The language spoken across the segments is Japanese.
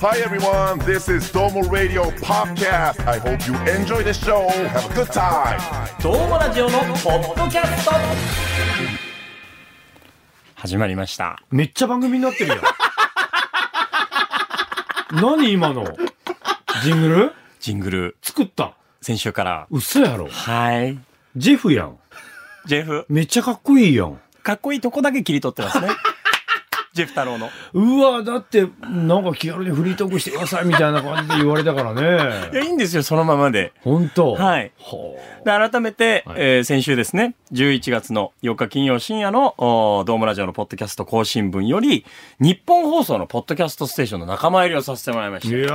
Hi everyone, this is Domo Radio Podcast. I hope you enjoy the show. Have a good time. どうもラジオのポッドキャスト始まりました。めっちゃ番組になってるよ。何今のジングルジングル、作った。先週から。嘘やろ。はい。ジェフやん。ジェフ、めっちゃかっこいいやん。かっこいいとこだけ切り取って ますね。ジェフ太郎の。うわ、だって、なんか気軽にフリートークしてくださいみたいな感じで言われたからいね。や、いいんですよ、そのままで。ほんと。はいほで改めて、はいえー先週ですね、11月の4日金曜深夜の、おードームラジオのポッドキャスト更新分より、日本放送のポッドキャストステーションの仲間入りをさせてもらいまうしいた。や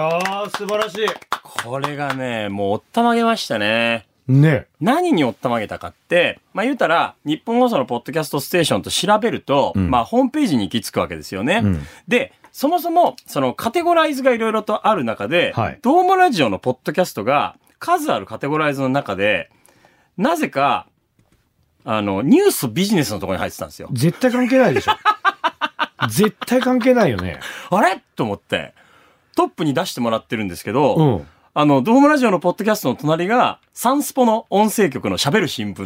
ー、素晴らしこれがね、もうおったまげましたね。い。ね。何におったまげたかって、まあ言うたら、日本放送のポッドキャストステーションと調べると、んまあホームページに行き着くわけですよね。うんで、そもそも、そのカテゴライズがいろいろとある中で、はいドームラジオのポッドキャストが数あるカテゴライズの中で、なぜか、あの、ニュースとビジネスのところに入ってたんですよ。絶対関係ないでしょ。絶対関係ないよね。あれと思って、トップに出してもらってるんですけど、うん。あの、ドームラジオのポッドキャストの隣が、サンスポの音声局の喋る新 聞。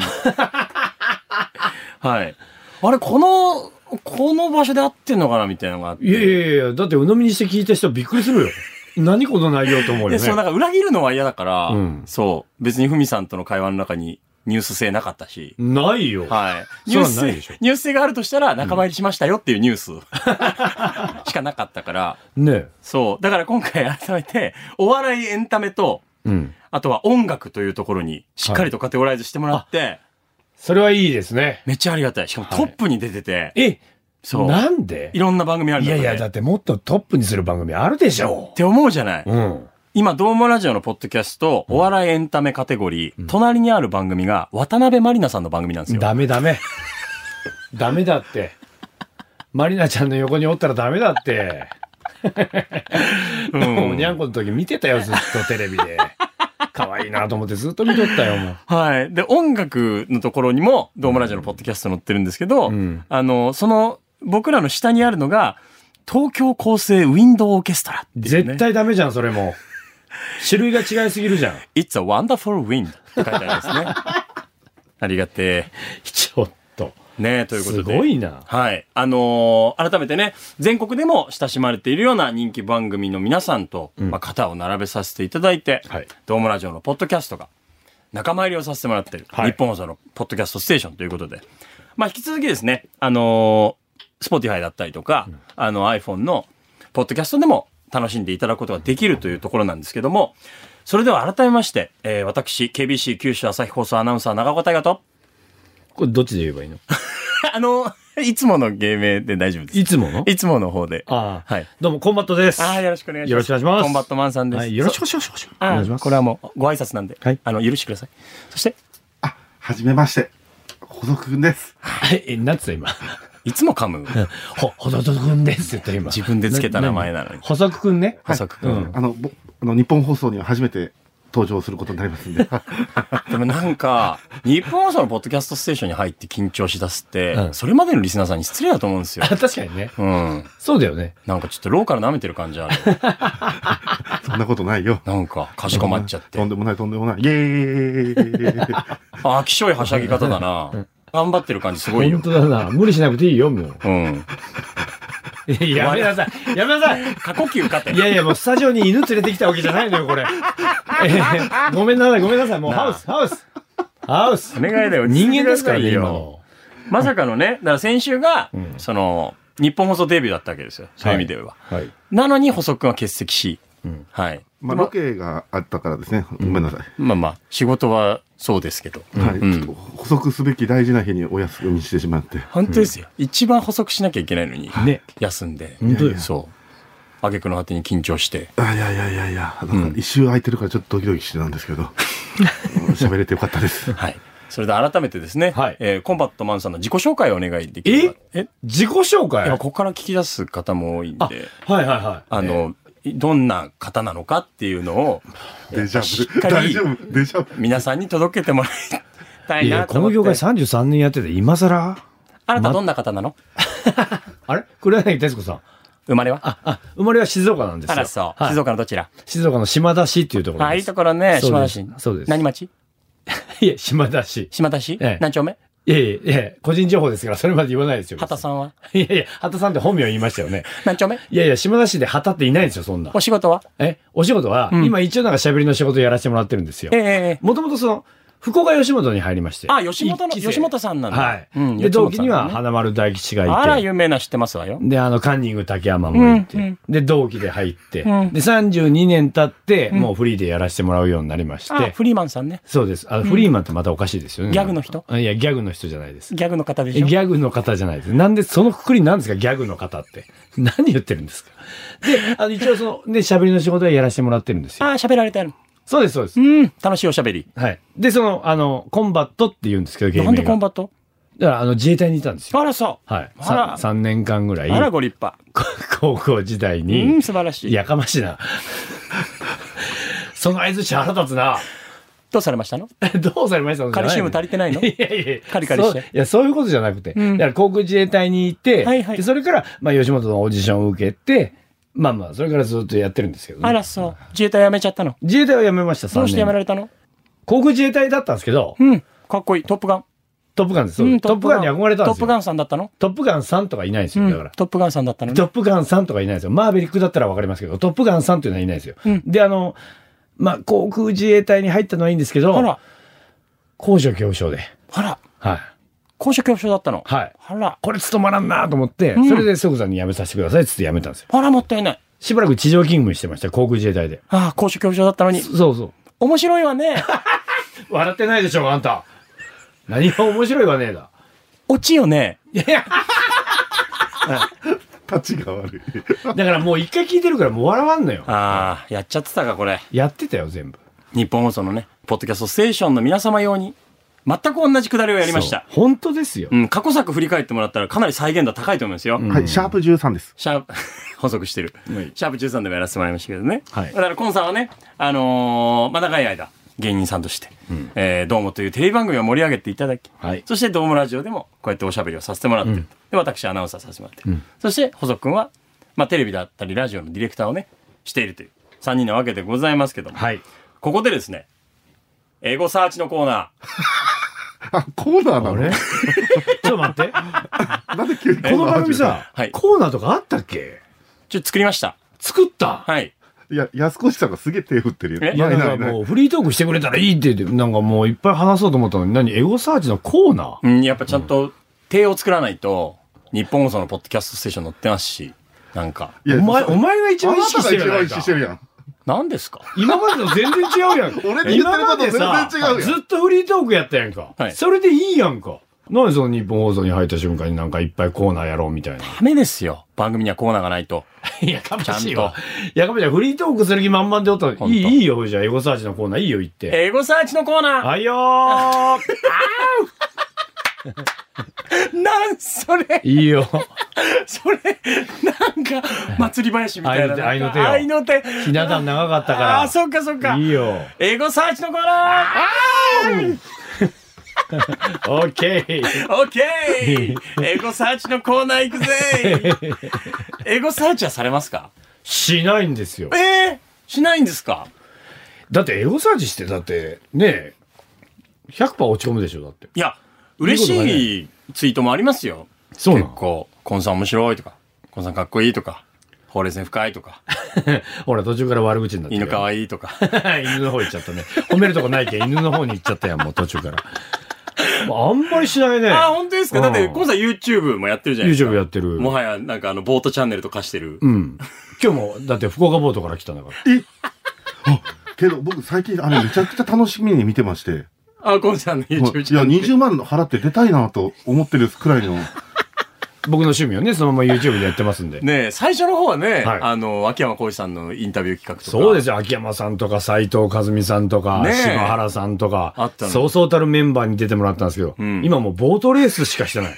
はい。あれ、この、この場所で合ってんのかなみたいなのがあって。いやいやいや、だって鵜呑みにして聞いた人はびっくりするよ。何この内容と思うよで、そう、なね。んか裏切るのは嫌だから、うんそう、別にふみさんとの会話の中にニュース性なかったし、ないよ。はい。ニそューうなんスないでしょ性、ニュース性があるとしたら仲間入りしま したよっていうニュース、しかなかったから、ね。そう。だから今回改めて、お笑いエンタメと、うん。あとは音楽というところに、しっかりとカテゴライズしてもらって、それはいいですね。めっちゃありがたい。しかもトップに出てて、え、そう。なんでいろんな番組あるんいだやよ、ね。いや、だってもっとトップにする番組あるでしょっ。て思うじゃない。うん。今、ドームラジオのポッドキャスト、お笑いエンタメカテゴリー、隣にある番組が、渡辺満里奈さんの番組なんですよ。ダメダメ。ダメだって。マリナちゃんの横におったらダメだって。うもうにん、ゃんこの時見てたよ、ずっとテレビで。可愛いなと思ってずっと見とったよ、もう。はい。で、音楽のところにも、ドームラジオのポッドキャスト載ってるんですけど、んあの、その、僕らの下にあるのが、東京構成ウィンドウオーケストラっていう、ね。絶。対ダメじゃん、それも。種類が違いすぎるじゃん。 It's a wonderful wind って書いてあるんです ね。ありがてちょっと。え。ねえ、ということすで。ごいな。はい。あのー改めてね、全国でも親しまれているような人気番組の皆さんと、まあ、肩を並べさせていただいて、はいドームラジオのポッドキャストが仲間入りをさせてもらってる、はい日本放送のポッドキャストステーションということで、まあ、引き続きですね、あのー、Spotify だったりとか、あの iPhone のポッドキャストでも楽しんでいただくことができるというところなんですけども、それでは改めまして、えー私、KBC 九州朝日放送アナウンサー長岡大和と、これどっちで言えばいいの あのー、いつもの芸名で大丈夫です。いつものいつもの方で。ああ。はい。どうも、コンバットです。ああ、よろしくお願いします。よろしくお願いしますコンバットマンさんです。はいよろしくそうお願いします。あお願いしあ、ます。これはもうご挨拶なんで、はいあの、許してください。そして、あ、はじめまして。ほどくんです。はい、 え、なんつった今。いつも噛む。ほ、ほどとくんですって言った今。自分でつけた名前なのに補足くん ね。細くう君。んあの、ぼあの日本放送には初めて登場することになりますん で。でもなんか、日本放送のポッドキャストステーションに入って緊張しだすって、うんそれまでのリスナーさんに失礼だと思うんですよあ、。確かにね。うん。 そうだよね。なんかちょっとローカル舐めてる感じ ある。そんなことないよ。なんか、かしこまっちゃって。とんでもない、とんでもない。イエ ーイあ、気性いはしゃぎ方だな。頑張ってる感じすごいよ本。当だな。無理しなくていいよ、もう。うん。い ややめなさい。やめなさい。過呼吸かて。いやいや、もうスタジオに犬連れてきたわけじゃないのよ、これ。えーごめんなさい、ごめんなさい。もうなあハウス、ハウス。ハウスお。願いだよ。人間ですからね、よ今の。まさかのね、だから先週が、その、日本放送デビューだったわけですよ。そういう意味では。はい。なのに細くんは欠席し、はい。まあ、ロケがあったからですね。ごめんなさい。まあまあ、仕事はそうですけど。はい。うんちょっと補足すべき大事な日にお休みしてしまって。本当ですよ。一番補足しなきゃいけないのに、ね。休んで。本当よそう。挙句の果てに緊張して。あいやいやいやいや、なんか一周空いてるからちょっとドキドキしてたんです けど。喋れてよかったです。はい。それで改めてですね、はいえーコンバットマンさんの自己紹介をお願いできれば。ええ自己紹介やっぱここから聞き出す方も多いんあ、で、はいはいはい。あの、どんな方なのかっていうのを、デジしっャブ。かり大丈夫。デジャブ。皆さんに届けてもらいたいいや、なとこ思っのて。業界33年やってて、今更あなたどんな方なのあれ黒柳徹子さん。生まれはあ、あ、生まれは静岡なんですよ。あら、そう。はい静岡のどちら静岡の島田市っていうところです。あ、いいところね。そう島で田す市。そうです。何町いや、島田市。島田市ええ何丁目いやいやいや、個人情報ですから、それまで言わないですよ。畑さんはいやいや、畑さんって本名言いましたよね。何丁目いやいや、島田市で畑っていないんですよ、そんなお。仕事はえ、お仕事は、ん今一応なんか喋りの仕事やらせてもらってるんですよええ。ええもともとその、福岡吉本に入りまして。あ吉本の一期生吉本さんなんだはい。うんで、吉本同さん期には花丸大吉がいて。あら、有名な知ってますわよ。で、あの、カンニング竹山もいて、うんうんで、同期で入って、うんで、32年経って、もうフリーでやらせてもらうようになりまして、あ、フリーマンさんね。そうです。あの、フリーマンってまたおかしいですよね。ギャグの人あいや、ギャグの人じゃないです。ギャグの方でえしょギャグの方じゃないです。なんで、そのくくりなんですか、ギャグの方って。 何言ってるんですか。で、あの、一応その、で、喋りの仕事はやらせてもらってるんですあよ。ー、喋られてある。そうです、そうです。うん、楽しいおしゃべり。はい。で、その、あの、コンバットって言うんですけど、芸な名がんでコンバットだから、あの、自衛隊にいたんですよ。あら、そう。はい。あら、 3年間ぐらい、あら、ご立派。高校時代に、うん、素晴らしい。やかまし いな。その合図し腹立つな。 どうされましたのどうされましたのカルシウム足りてないの いやいやカリカリしてそういや、そういうことじゃなくて。うんだから航空自衛隊に行って、はいはいでそれから、まあ、吉本のオーディションを受けて、まあまあ、それからずっとやってるんですけどね、あら、そう。自衛隊辞めちゃったの。自衛隊は辞めました、3年どうして辞められたの航空自衛隊だったんですけど、うん、かっこいい。トップガン。トップガンです、うんトップガンに憧れたんトでッすプよ。ガンさんだったのトップガンさんとかいないんですよ、だかうんら。トップガンさんだったのねトップガンさんとかいないですよ。マーベリックだったらわかりますけど、トップガンさんというのはいないですよ。うんで、あの、まあ、航空自衛隊に入ったのはいいんですけあどら、、高所恐怖症で。あら、はい。高所恐怖症だったの。はい。あら、これ務まらんなと思って、んそれで即座に辞めさせてくださいっつって辞めたんですよ。あら、もったいない。しばらく地上勤務してました、航空自衛隊で。ああ、高所恐怖症だったのに。そうそ面白いわ ね。う。笑ってないでしょ、あんた。何が面白いわねえだ。落ちよね。立ちが悪い。だからもう一回聞いてるからもう笑わんのよ。ああ、やっちゃってたか、これ。やってたよ、全部。日本放送のね、ポッドキャストステーションの皆様用に、全く同じくだりをやりましたそう。本当ですよう。ん、過去作振り返ってもらったらかなり再現度高いと思いますよ。はい、シャープ13です。シャープ、 補足してる。はいシャープ13でもやらせてもらいましたけどね。はいだから、コンさんはね、あのーまあ、長い間、芸人さんとして、えーどうもというテレビ番組を盛り上げていただき、はいそしてどうもラジオでもこうやっておしゃべりをさせてもらってる、で、私アナウンサーさせてもらってる、そして、補足くんは、まあ、テレビだったりラジオのディレクターをね、しているという、3人なわけでございますけども、はい。ここでですね、エゴサーチのコーナあ、コーナーなあの れちょっと待って。なんで急にコーこのナー番組始めたさ、はいコーナーとかあったっけー、ちょっと作りました。作った、はい。いや、安越さんがすげえ手振ってるよ。えいや、なないんなかいないもうフリートークしてくれたらいいって言って、なんかもういっぱい話そうと思ったのに、何エゴサーチのコーナーうん、やっぱちゃんと、手を作らないと、日本放送のポッドキャストステーション載ってますし、なんか、いやお前、お前が一あ番意な識たしがて一るやな番い意か識してるやん。何ですか今までと全然違うやんか。俺の言ってること全然違うやん今までさずっとフリートークやったやんか。はいそれでいいやんか。何その日本放送に入った瞬間になんかいっぱいコーナーやろうみたいな。ダメですよ。番組にはコーナーがないと。いやかましいちわ。いやかましいわ。フリートークする気満々でおったら、ほいんとい、いいよ、じゃあエゴサーチのコーナーいいよ、言って。エゴサーチのコーナーはいよーなんそれいいよ。それなんか、祭り林みたいな。愛の手愛の手。ひな壇長かったかあら。あ、そっかそっか。いいよ。エゴサーチのコーナーオッケー。オッケ ーエゴサーチのコーナー行く ぜエゴサーチはされますかしないんですよえ。えしないんですかだってエゴサーチして、だって、ねえ、100%落ち込むでしょ、だって。いや、嬉しいツイートもありますよ。そうなの結構、コンさん面白いとか、コンさんかっこいいとか、ほうれい線深いと か、 ほら、途中から悪口になってる犬かわいいとか。 犬の方行っちゃったね。褒めるとこないけん、犬の方に行っちゃったやん、もう途中から。あんまりしない ね。あ、本当ですかうんだって、コンさん YouTube もやってるじゃないですか。 YouTube やってるもはや、なんかあの、ボートチャンネルとかしてる。うん。今日も、だって福岡ボートから来たんだから。けど僕最近あれめちゃくちゃ楽しみに見てまして。あ、コンさんのい YouTube チや、ャンネル。 20万払って出たいなと思ってるくらい の。僕の趣味をね、そのまま YouTube でやってますんで。ねえ最初の方はね、はいあの、秋山浩二さんのインタビュー企画とか。そうですよ。秋山さんとか、斎藤和美さんとか、ねえ篠原さんとかあった、のそうそうたるメンバーに出てもらったんですけど、ん今もうボートレースしかしてない。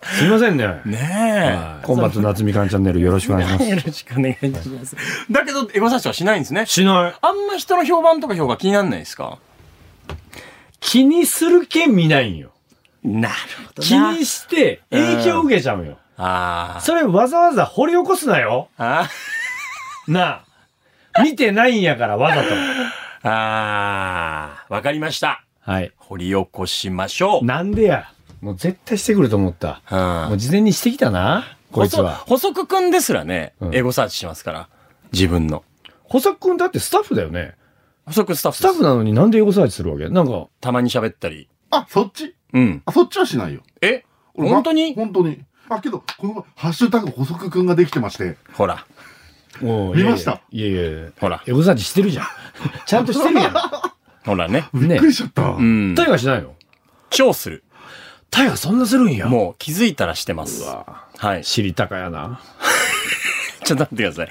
すいませんね。ねはいコンバット夏みかんチャンネルよろしくお願いしまえ。す。よろしくお願いします。だけど、エゴサーチはしないんですね。しない。あんま人の評判とか評価気になんないですか気にするけん見ないんよ。なるほ気にして影響受けちゃうよ。あそれわざわざ掘り起こすなよ。あ。あなあ。見てないんやから、わざと。あ。ああ。わかりました。はい。掘り起こしましょう。なんでや。もう絶対してくると思った。うんもう事前にしてきたな、こいつは。補足補足くんですらね、うんエゴサーチしますから。自分の。補足くんだってスタッフだよね。補足スタッフスでタすッフなのになんでエゴサーチするわけなんか、たまに喋ったり。あ、そっちうん。あ、そっちはしないよ。え俺本当にま本当に。あ、けど、この前、ハッシュタグ補足くんができてまして。ほら。もう見ましたいやいやいやいやほらエゴサーチして るじゃん。ちゃんとしてるやん。ほらね。びっくりしちゃった。うん。タイガしないの超する。タイガそんなするんや。う。もう気づいたらしてます。はい。 知りたかやな。ちょっと待ってください。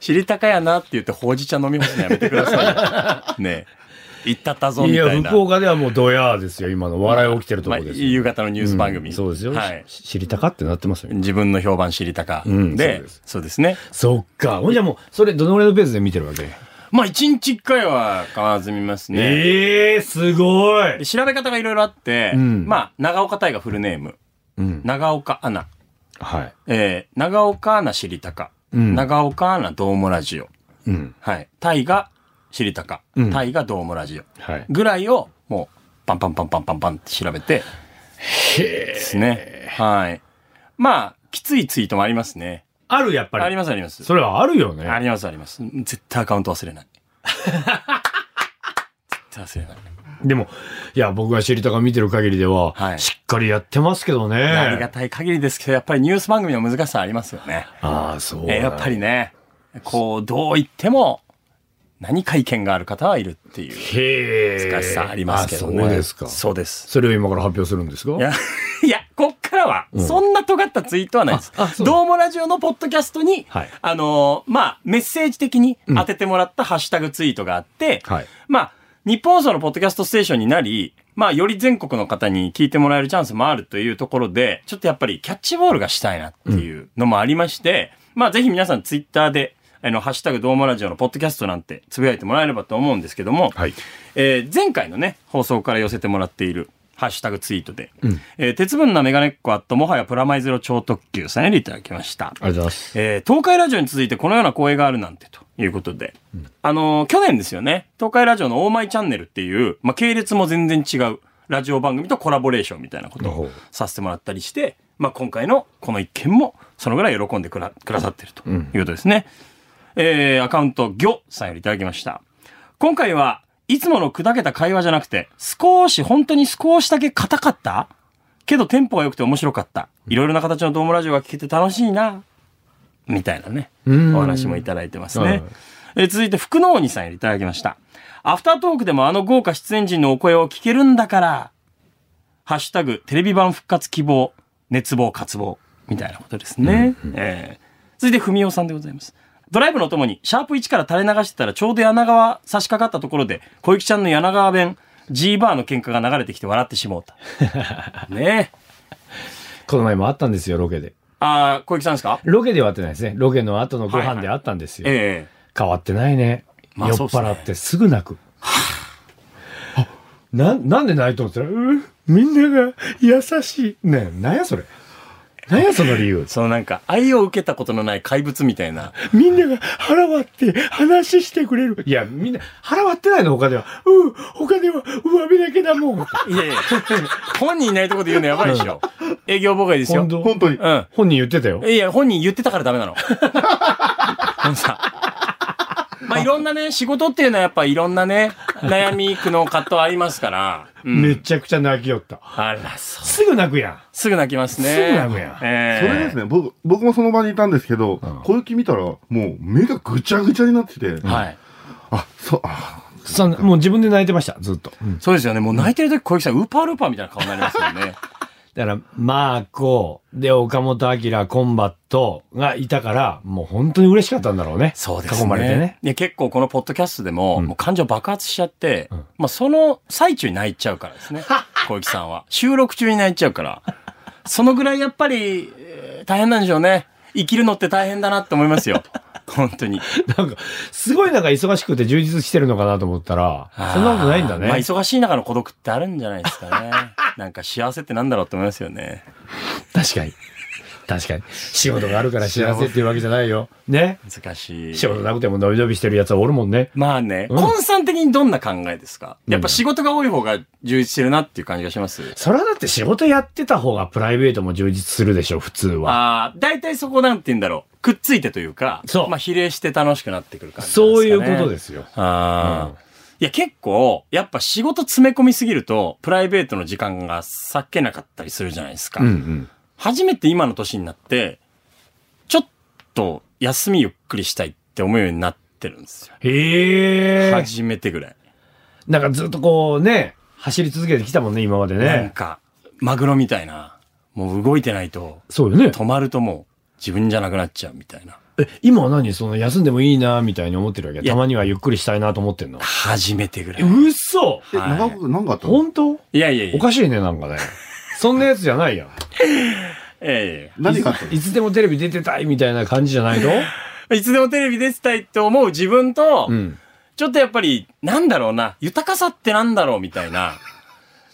知りたかやなって言って、ほうじ茶飲み干すのやめてくださ い。ねえ。行ったったぞ、いみたや、いな。福岡ではもうドヤーですよ、今の。笑い起きてるところですまあよ。夕方のニュース番組。うんそうですよ。はい。し知りたかってなってますよ。自分の評判知りたか。うんでそうですそうですね。そっか。ほんじゃもう、それどのぐらいのペースで見てるわけまあ、一日一回は必ず見ますね。ええー、すごいで調べ方がいろいろあって、うんまあ、長岡大河フルネーム、うん。長岡アナ、はい。えー、長岡アナ知りたか、うん長岡アナどうもラジオ、うん。はい、大河知りたかうん、大河どうもラジオ、はい。ぐらいを、もう、パンパンパンパンパンパンって調べて、ですね。はい。まあ、きついツイートもありますね。ある、やっぱり。ありますあります。それはあるよね。ありますあります。絶対アカウント忘れ ない。絶対忘れない。でも、いや、僕が知りたか見てる限りでは、はいしっかりやってますけどね。ありがたい限りですけど、やっぱりニュース番組の難しさありますよね。ああ、そう、えーやっぱ。りね、こう、どう言っても、何か意見がある方はいるっていうへえ。難しさありますけどね。あそうですか。そうです。それを今から発表するんですかいや、いや、 こっからは、そんな尖ったツイートはないです。そうどうもラジオのポッドキャストに、はいあのーまあ、メッセージ的に当ててもらったハッシュタグツイートがあって、はい。まあ、日本放送のポッドキャストステーションになり、まあ、より全国の方に聞いてもらえるチャンスもあるというところで、ちょっとやっぱりキャッチボールがしたいなっていうのもありまして、まあ、ぜひ皆さんツイッターで、あの、ハッシュタグどうもラジオのポッドキャストなんてつぶやいてもらえればと思うんですけども、はい。えー前回のね、放送から寄せてもらっている、ハッシュタグツイートで、うんえー鉄分なメガネっ子アットもはやプラマイゼロ超特急さんよりいただきました。ありがとうございます。えー東海ラジオに続いてこのような光栄があるなんてということで、あのー去年ですよね、東海ラジオのオーマイチャンネルっていう、まあ、系列も全然違うラジオ番組とコラボレーションみたいなことほをうさせてもらったりして、まあ、今回のこの一件もそのぐらい喜んでくらくださってるということですね。えーアカウント、ギョさんよりいただきました。今回はいつもの砕けた会話じゃなくて、少し、本当に少しだけ硬かったけどテンポが良くて面白かった。いろいろな形のドームラジオが聞けて楽しいな。みたいなね、うんお話もいただいてますはねい。えー続いて、福の鬼さんよりいただきました。アフタートークでもあの豪華出演陣のお声を聞けるんだから、ハッシュタグ、テレビ版復活希望、熱望、渇望、みたいなことですね。えー続いて、文雄さんでございます。ドライブのともに、シャープ1から垂れ流してたら、ちょうど柳川差し掛かったところで、小雪ちゃんの柳川弁、G バーの喧嘩が流れてきて笑ってしもうた。ねえ。この前もあったんですよ、ロケで。あー小雪さんですかロケではあってないですね。ロケの後のご飯であったんですよ。ええ変わってないね。まあ酔っそうっすね払ってすぐ泣く。な、なんで泣いとんって言ったら、うーみんなが優しい。ねえ、なんやそれ。なんやその理由。そのなんか、愛を受けたことのない怪物みたいな。みんなが腹割って話してくれる。いや、みんな腹割ってないの、他では。うん、他では上辺だけだもん。いやいや、 本人いないとこで言うのやばいでしょ。営業妨害ですよ本。当本当に。う本人言ってたよん。。いや、本人言ってたからダメなの。ほんとさ。まあ、いろんなね、仕事っていうのはやっぱいろんなね、悩み、苦悩、葛藤ありますから。うんめちゃくちゃ泣きよった。あら、そう。すぐ泣くやん。すぐ泣きますね。すぐ泣くやんえそれですね、僕、僕もその場にいたんですけど、ん小雪見たら、もう目がぐちゃぐちゃになってて、はい。あ、そう、あ、そんもう自分で泣いてました、ずっと。そうですよね。もう泣いてる時、小雪さん、ウーパールーパーみたいな顔になりますよね。だから、マーコ、で、岡本明、コンバットがいたから、もう本当に嬉しかったんだろうね。そうですね。囲まれてね。いや、結構このポッドキャストでも、うんもう感情爆発しちゃって、んまあその最中に泣いちゃうからです ね。小池さんは。収録中に泣いちゃうから。そのぐらいやっぱり、えー大変なんでしょうね。生きるのって大変だなって思い ますよ。本当に。なんか、すごいなんか忙しくて充実してるのかなと思ったら、そんなことないんだね。まあ忙しい中の孤独 ってあるんじゃないですかね。なんか幸せってなんだろうって思いますよね。確かに。確かに。仕事があるから幸せっていうわけじゃないよ。ね。難しい。仕事なくても伸び伸びしてるやつはおるもんね。まあね、うんコンさん的にどんな考えですかやっぱ仕事が多い方が充実してるなっていう感じがします。それはだって仕事やってた方がプライベートも充実するでしょ、普通は。ああ、大体そこなんて言うんだろう。くっついてというか、そうまあ比例して楽しくなってくる感じなんそうですいかうね。。ことですすよ。ああ、いや結構、やっぱ仕事詰め込みすぎると、プライベートの時間が割けなかったりするじゃないですか。うんうん。初めて今の年になって、ちょっと休みゆっくりしたいって思うようになってるんですよ。へえ。初めてぐらい。なんかずっとこうね、走り続けてきたもんね、今までなんね。か、マグロみたいな、もう動いてないと、そうよね。止まるともう自分じゃなくなっちゃうみたいな。え、今は何その休んでもいいな、みたいに思ってるわけいやたまにはゆっくりしたいなと思ってんの。初めてぐらい。嘘え、はい長く、何があったの本当いやいやいや。おかしいね、な んかね。そんなやつじゃないやん。ええ何があったのいつでもテレビ出てたいみたいな感じじゃないといつでもテレビ出てたいって思 う自分と、うん。ちょっとやっぱり、なんだろうな、豊かさってなんだろうみたい な、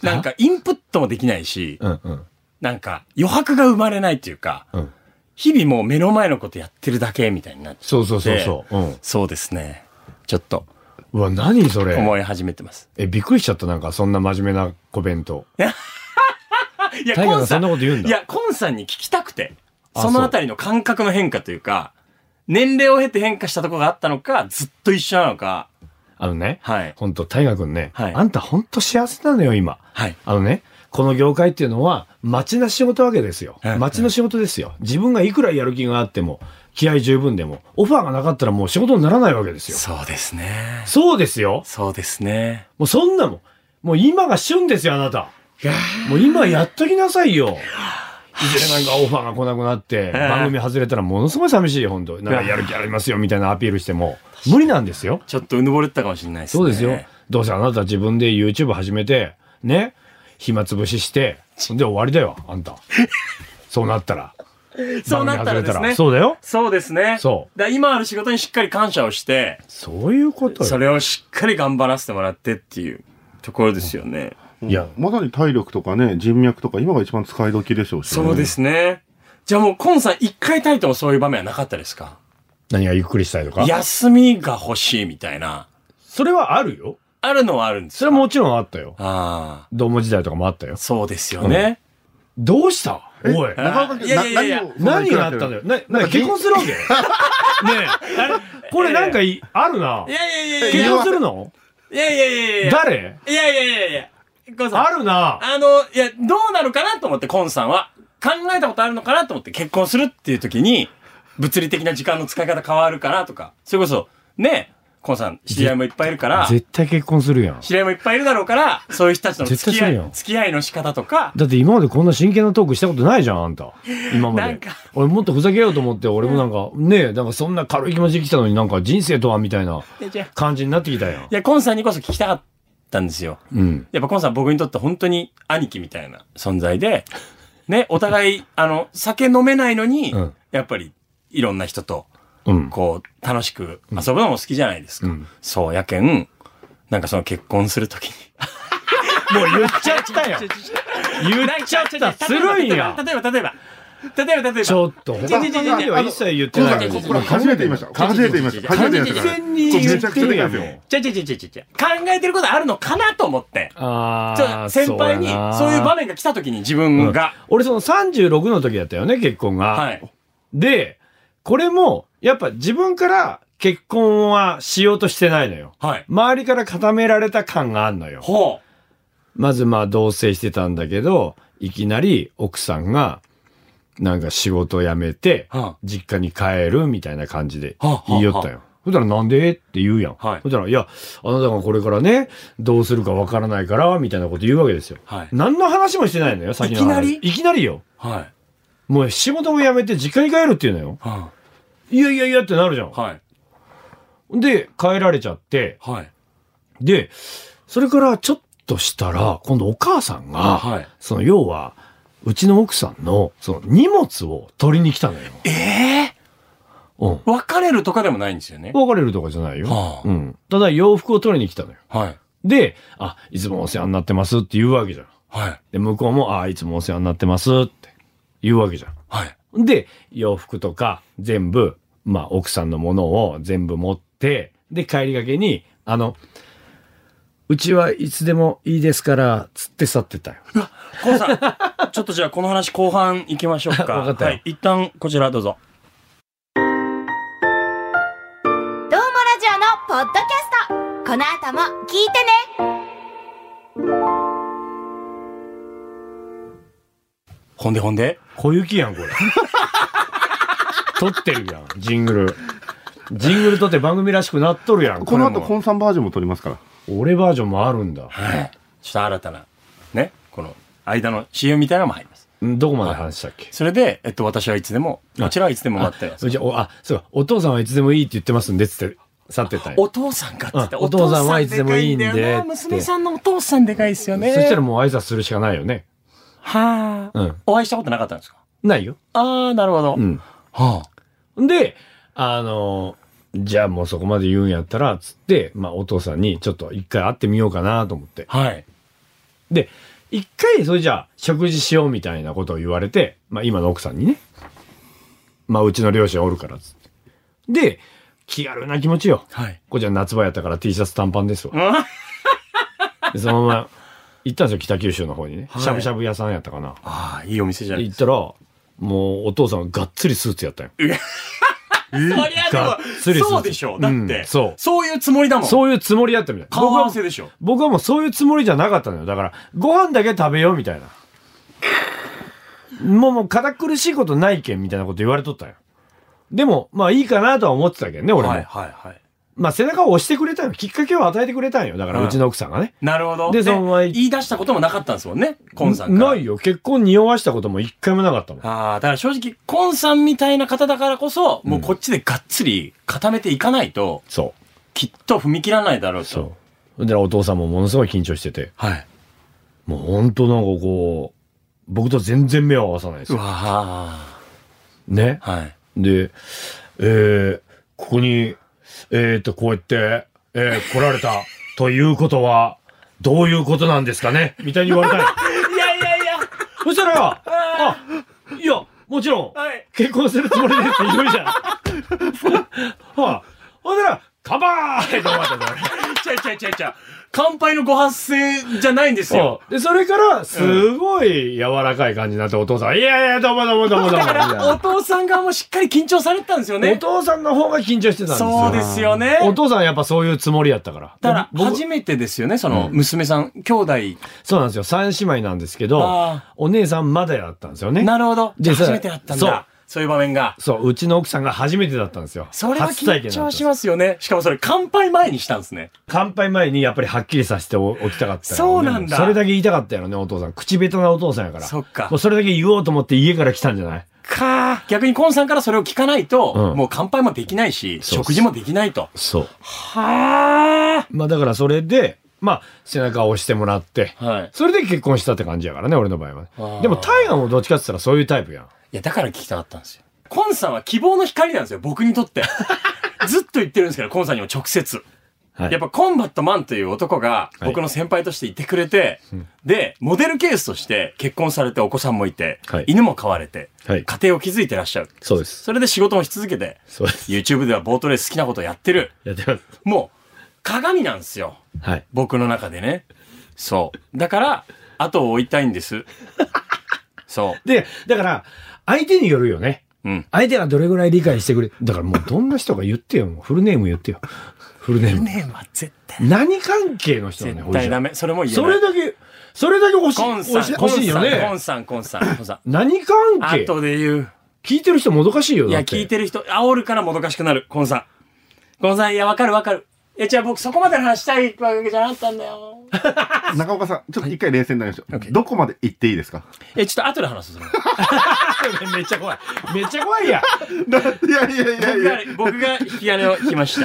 なんかインプットもできないし、うんうん。なんか余白が生まれないというか、うん。日々もう目の前のことやってるだけみたいになっちゃう。そうそうそうそう。うん。そうですね。ちょっとうわ、何それ。思い始めてます。え、びっくりしちゃった、なんか、そんな真面目なコメント。いや、タイコガーがンさそんんな、こと言うんだ。いや、コンさんに聞きたくて、あそのあたりの感覚の変化というか、年齢を経て変化したところがあったのか、ずっと一緒なのか、あのね、はい。ほんと、大河君ね、はいあんたほんと幸せなのよ、今。はい。あのね、この業界っていうのは、町な仕事わけですよは。い町の仕事ですよ。自分がいくらやる気があっても、気合十分でも、オファーがなかったらもう仕事にならないわけですよ。そうですね。そうですよ。そうですね。もうそんなもん。もう今が旬ですよ、あなた。もう今やっときなさいよ。いずれなんかオファーが来なくなって、ー番組外れたらものすごい寂しいよ、本当なんかやる気ありますよ、みたいなアピールしても、無理なんですよ。ちょっとうぬぼれてたかもしれないですね。そうですよ。どうせあなた自分で YouTube 始めて、ね、暇つぶしして、そんで終わりだよ、あんた。そうなったら。そうなったら番組外れですね。そうだよ。そうですね。そうだから今ある仕事にしっかり感謝をして、そういうことそよ。れをしっかり頑張らせてもらってっていうところですよね。いやまさに体力とかね、人脈とか、今が一番使い時でしょうし、そうで。すね。じゃあもう、コンさん一回たりともそういう場面はなかったですか何がゆっくりしたいとか。、休みが欲しいみたいな。それはあるよ。あるのはあるんですそれはもちろんあったよ。ああ、どうも時代とかもあったよ。そうですよね。どうしたお い。中岡い君、やいやいやなを何があったんだよ。な、なんか結婚するわけ ねえ、あれこれなんかいあるな。いやいやいやい結や婚するのいやいやいやいや。誰いやいやいやいや。コンさん。あるな。あの、いや、どうなるかなと思って、コンさんは。考えたことあるのかなと思って、結婚するっていう時に、物理的な時間の使い方変わるかなとか。それこそ、ね、コンさん、知り合いもいっぱいいるから、絶対結婚するやん。知り合いもいっぱいいるだろうから、そういう人たちとの付絶対きそ合うよい、付き合いの仕方とか、だって今までこんな真剣なトークしたことないじゃん、あ んた。今まなんでか。俺もっとふざけようと思って、俺もなんか、ねえ、なんかそんな軽い気持ちで来たのになんか人生とはみたいないやいや感じになってきたやんい。や、コンさんにこそ聞きたかったんですよ。うん。やっぱコンさん僕にとって本当に兄貴みたいな存在で、ね、お互い、あの、酒飲めないのに、うんやっぱりいろんな人と、うん。こう、楽しく遊ぶのも好きじゃないですか。うんそう、やけん、なんかその結婚するときに。もう言っちゃったよ。言っちゃった。するんや。例えば、例えば、例えば、例えば、例えば。ちょっと、他の人には一切言ってないけど。これ初めて言いました。初めて言いました。初めて言いました。完全に言ってるやんこれめちゃくちゃでかいですよちょいちょいちょいちょいちょいちょい考えてることあるのかなと思って。あちょあ、先輩にそやなそういう場面が来たときに自分が、俺その36の時だったよね、結婚が。はい。で、これも、やっぱ自分から結婚はしようとしてないのよ。はい。周りから固められた感があんのよ。ほう。まずまあ同棲してたんだけど、いきなり奥さんが、なんか仕事を辞めてはあ、実家に帰るみたいな感じではあはあ言いよったよ。そしたらなんでって言うやん。はいそしたら、いや、あなたがこれからね、どうするかわからないから、みたいなこと言うわけですよ。はい何の話もしてないのよ、先のい話きなりいきなりよ。はい。もう仕事も辞めて実家に帰るって言うのよ。はいやいやいやってなるじゃん。はい。で、帰られちゃって、はい。で、それからちょっとしたら、今度お母さんが、はいその要は、うちの奥さんの、その荷物を取りに来たのよ。ええうん。別れるとかでもないんですよね。別れるとかじゃないよ。はあうん。ただ洋服を取りに来たのよ。はい。で、あ、いつもお世話になってますって言うわけじゃん。はい。で、向こうも、あ、いつもお世話になってますって言うわけじゃん。はい。で、洋服とか全部、まあ奥さんのものを全部持って、で、帰りがけに、あの、うちはいつでもいいですから、つって去ってたよ。コウさん、ちょっとじゃあこの話後半行きましょうか。わかったよはい。一旦こちらどうぞ。どうもラジオのポッドキャストこの後も聞いてねほんでほんで。小雪やん、これ。撮ってるやん、ジングル。ジングル撮って番組らしくなっとるやん。この後、れコもンサンバージョンも撮りますから。俺バージョンもあるんだ。はい。ちょっと新たな、ね、この間の CM みたいなのも入ります。んどこまで話したっけそれで、えっと、私はいつでも、こちらはいつでも待ってます。じゃあおあ、そうか、お父さんはいつでもいいって言ってますんで、つって去ってたよ。お父さんかって言って、うんお父さんはいつでもいいんでお父さかいんだよなって娘さんのお父さんでかいですよね。そしたらもう挨拶するしかないよね。はあ、うんお会いしたことなかったんですかないよ。ああ、なるほど。うん。はあ。で、あの、じゃあもうそこまで言うんやったら、つって、まあお父さんにちょっと一回会ってみようかなと思って。はい。で、一回それじゃあ食事しようみたいなことを言われて、まあ今の奥さんにね。まあうちの両親おるから、つって。で、気軽な気持ちよ。はい。こっちは夏場やったから T シャツ短パンですわ。でそのまま行ったんですよ、北九州の方にね。いしゃぶしゃぶ屋さんやったかな。ああ、いいお店じゃないで行っすたら、もうお父さんががっつりスーツやったよ。か。そりがっつりするそうでしょう。だって、うんそうそういうつもりだもん。う。そういうつもりやったみたい。顔合わ僕せはでしょ。僕はもうそういうつもりじゃなかったのよ。だから、ご飯だけ食べようみたいな。もう、もう、堅苦しいことないけんみたいなこと言われとったよ。でも、まあいいかなとは思ってたけどね、俺も。はいはいはい。まあ背中を押してくれたよ。きっかけを与えてくれたんよ。だから、うんうちの奥さんがね。なるほど。でその前言い出したこともなかったんですもんね、コンさんから。ないよ。結婚匂わしたことも一回もなかったもん。ああ、だから正直、コンさんみたいな方だからこそ、もうこっちでがっつり固めていかないと、そきっと踏み切らないだろうう。と。そう。で、お父さんもものすごい緊張してて。はい。もう本当なんかこう、僕と全然目を合わさないですうよ。わねあ。。はい。で、えー、ここに、えー、と、こうやって、えー、来られ た、ということは、どういうことなんですかねみたいに言われたよ。 いやいやいや、そしたら、あ、いや、もちろん、はい結婚するつもりですって言う じゃん。はあ、ほんなら、カバーって思ったんだよねちゃいちゃいちゃいちゃい。乾杯のご発声じゃないんですよ。そう。で、それから、すごい柔らかい感じになって、お父さん、いやいや、どうもどうもどうもどうも。みたいおな父さん側もしっかり緊張されてたんですよおね。父さんの方が緊張してたんですよ。そうですよね。お父さんやっぱそういうつもりやったから。だかでら、僕初めてですよね、その、娘さん、兄弟。そうなんですよ。三姉妹なんですけどあ、お姉さんまだやったんですよね。なるほど。でそれ初めてだったんそだう。そういう場面が。そう、うちの奥さんが初めてだったんですよ。それは初体緊験だったん張ですしますよね。しかもそれ、乾杯前にしたんですね。乾杯前にやっぱりはっきりさせておきたかったよね、そうなんだそれだけ言いたかったよね、お父さん。口下手なお父さんやから。そっかもうそれだけ言おうと思って家から来たんじゃないかー逆にコンさんからそれを聞かないと、うんもう乾杯もできないし、そうそう食事もできないと。そう。はまあだからそれで、まあ背中を押してもらって、あ。はい。それで結婚したって感じやからね、俺の場合はねあー。でも大河もどっちかって言ったらそういうタイプやん。いや、だから聞きたかったんですよ。コンさんは希望の光なんですよ、僕にとって。ずっと言ってるんですけど、コンさんにも直接。はいやっぱコンバットマンという男がはい僕の先輩としていてくれて、で、モデルケースとして結婚されてお子さんもいて、はい犬も飼われて、はい家庭を築いてらっしゃる。そうです。それで仕事もし続けて、そうです。 YouTube ではボートレース好きなことをやってる。やってます。もう、鏡なんですよ。はい。僕の中でね。そう。だから、後を追いたいんです。そで、だから、相手によるよね。う。うん。相手がどれぐらい理解してくれ、だからもうどんな人が言ってよ、もうフルネーム言ってよ。フルネーム。ねえ、まあ、絶対。何関係の人なのよ絶対ダメ。それも言えない。それだけ、それだけ欲しい、コンさ欲ん、しい欲しいよコンね。さん、コンさん、コンさん。何関係後で言う。聞いてる人もどかしいよ。いだや、って聞いてる人、煽るからもどかしくなる、コンさん。コンさん、いや、わかるわかる。いや、じゃあ僕そこまでの話したいわけじゃなかったんだよ。中岡さん、ちょっと一回冷静になりましょう。どこまで行っていいですかえ、ちょっと後で話す。それめっちゃ怖い。めっちゃ怖 いや。だっていやいやいやい僕やが。、僕が引き金を引きまし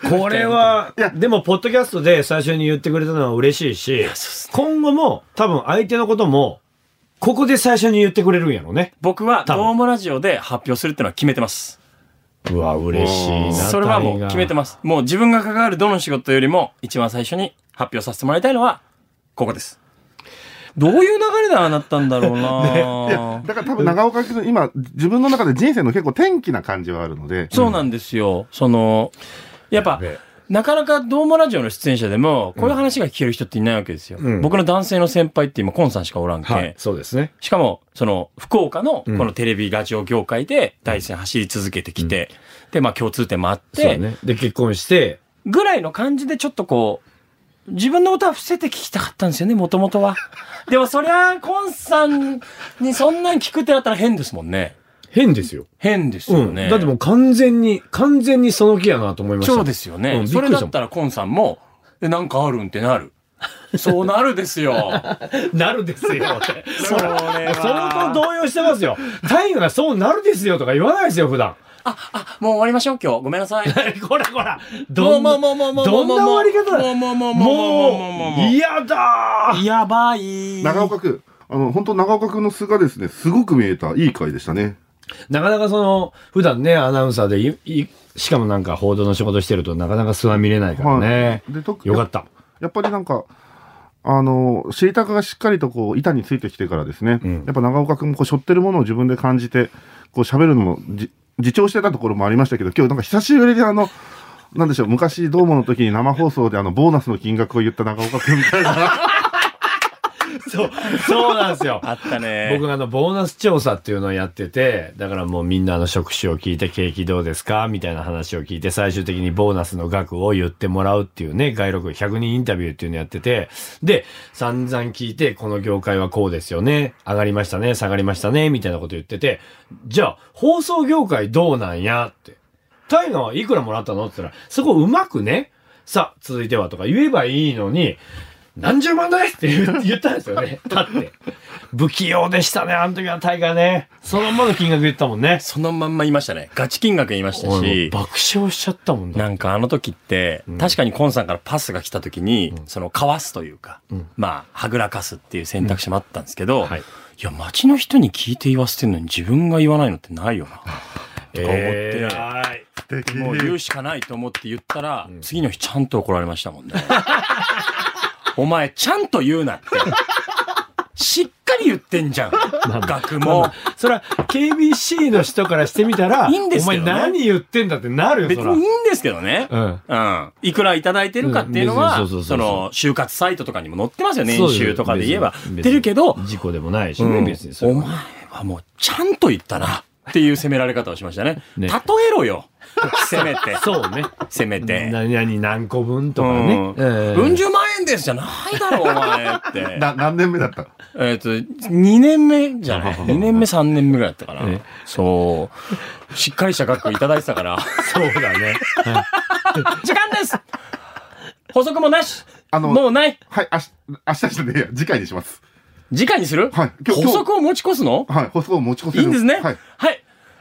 た。これは、いやでも、ポッドキャストで最初に言ってくれたのは嬉しいし、今後も多分相手のことも、ここで最初に言ってくれるんやろうね。僕は、多分ドームラジオで発表するってのは決めてます。うわ、嬉しいな。それはもう決めてまます。もう自分が関わるどの仕事よりも、一番最初に発表させてもらいたいのは、ここです。す。どういう流れでああなったんだろういやな、だから多分長岡君、今、自分の中で人生の結構天気な感じはあるので、そうなんですよ。その、やっぱ、なかなかどうもラジオの出演者でも、こういう話が聞ける人っていないわけですよ。うん僕の男性の先輩って今、コンさんしかおらんけん。はい。そうですね。しかも、その、福岡の、こうんのテレビ、ラジオ業界で、大戦走り続けてきて、で、まあ、共通点もあっそうて、ね。で、結婚して、ぐらいの感じで、ちょっとこう、自分の歌は伏せて聞きたかったんですよね、もともとは。でも、そりゃ、コンさんにそんなん聞くってなったら変ですもんね。変ですよ。変ですうよん。ね。だってもう完全に、完全にその気やなと思いました。そうですよね。うんびっそくりれだしたもんったら、コンさんも、え、なんかあるんってなる。そうなるですよ。 なるですよって。それ相当は。動揺してますよ。大河がそうなるですよとか言わないですよ、普段。もう終わりましょう、今日。ごめんなさい。こらこら。も どうんもな、うもうもうもうどんな終わり方だもうもうもうもうもうもうもうもうもう、嫌だーやばい。長岡君、あの、本当長岡君の素がですね、すごく見えた、いい回でしたね。なかなかその、普段ね、アナウンサーでい、いしかもなんか報道の仕事してるとなかなか素は見れないからね。はいで特によかった。やっぱりなんか、あの、知りたかがしっかりとこう、板についてきてからですね、うんやっぱ長岡君もこう、背負ってるものを自分で感じて、こう、喋るのもじ、自重してたところもありましたけど、今日なんか久しぶりであの、なんでしょう、昔、どうもの時に生放送であの、ボーナスの金額を言った長岡君みたい な、そう、そうなんですよ。あったね。僕があの、ボーナス調査っていうのをやってて、だからもうみんなあの職種を聞いて景気どうですかみたいな話を聞いて、最終的にボーナスの額を言ってもらうっていうね、外録100人インタビューっていうのやってて、で、散々聞いて、この業界はこうですよね、上がりましたね、下がりましたね、みたいなこと言ってて、じゃあ、放送業界どうなんやって。タイガーはいくらもらったのって言ったら、そこうまくね、さあ、続いてはとか言えばいいのに、何十万台って言う言ったんですよ ね。だって。不器用でしたね、あの時はタイガーね。そのままの金額言ったもんね。そのまんま言いましたね。ガチ金額言いました俺し。もう爆笑しちゃったもんだ。なんかあの時って、確かにコンさんからパスが来た時に、そのかわすというか、まあ、はぐらかすっていう選択肢もあったんですけど、んはいい、や、街の人に聞いて言わせてるのに自分が言わないのってないよな。とか思って、えらいもう言うしかないと思って言ったら、次の日ちゃんと怒られましたもんね。 お前、ちゃんと言うなって。しっかり言ってんじゃん。学も。それは KBC の人からしてみたら、いいんですけどねお前何言ってんだってなるよ、別そら。にいいんですけどね。うん。うん。いくらいただいてるかっていうのうは、ん別にそうそうそそうそうの、就活サイトとかにも載ってますよね。そう年です収とかで言えば別。に出るけど、事故でもないしうね、ん別にそれおは前はもう、ちゃんと言ったな。っていう責められ方をしましたね。例 ねえろよ。せめて。 そう ね。せめて。何々何個分とかね。うええん。うん 十万円ですじゃないだろ、お前って。な何年目だったえっと、2年目じゃ ない ?2 年目、3年目ぐらいだったからね。そう。しっかりした額いただいてたから。 そうだね。 時間です補足もなしあのもうないはい、あし明日じゃねえや、次回にします。次回にするはい今日補足を持ち越すのはい、放送を持ち越せいいんですね。ははいい。。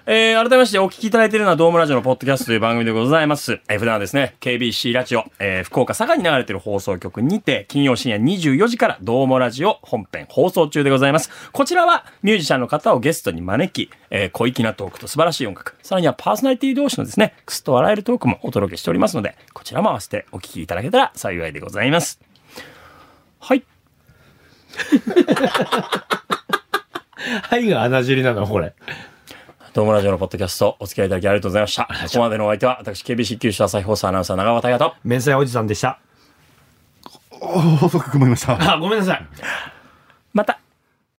えー、改めましてお聞きいただいているのはドームラジオのポッドキャストという番組でございます。えー、普段はですね、KBC ラジオ、えー、福岡佐賀に流れている放送局にて、金曜深夜24時からドームラジオ本編放送中でございます。こちらはミュージシャンの方をゲストに招き、えー、小粋なトークと素晴らしい音楽、さらにはパーソナリティ同士のですね、くすっと笑えるトークもお届けしておりますので、こちらも合わせてお聞きいただけたら幸いでございます。はい。はいが穴尻なの、こ れ。ドームラジオのポッドキャスト、お付き合いいただきありがとうございました。ここまでのお相手は、私、KBC 九州朝日放送アナウンサー、長尾大和と。明細おじさんでした。お補足組まりました。あ、ごめんなさい。また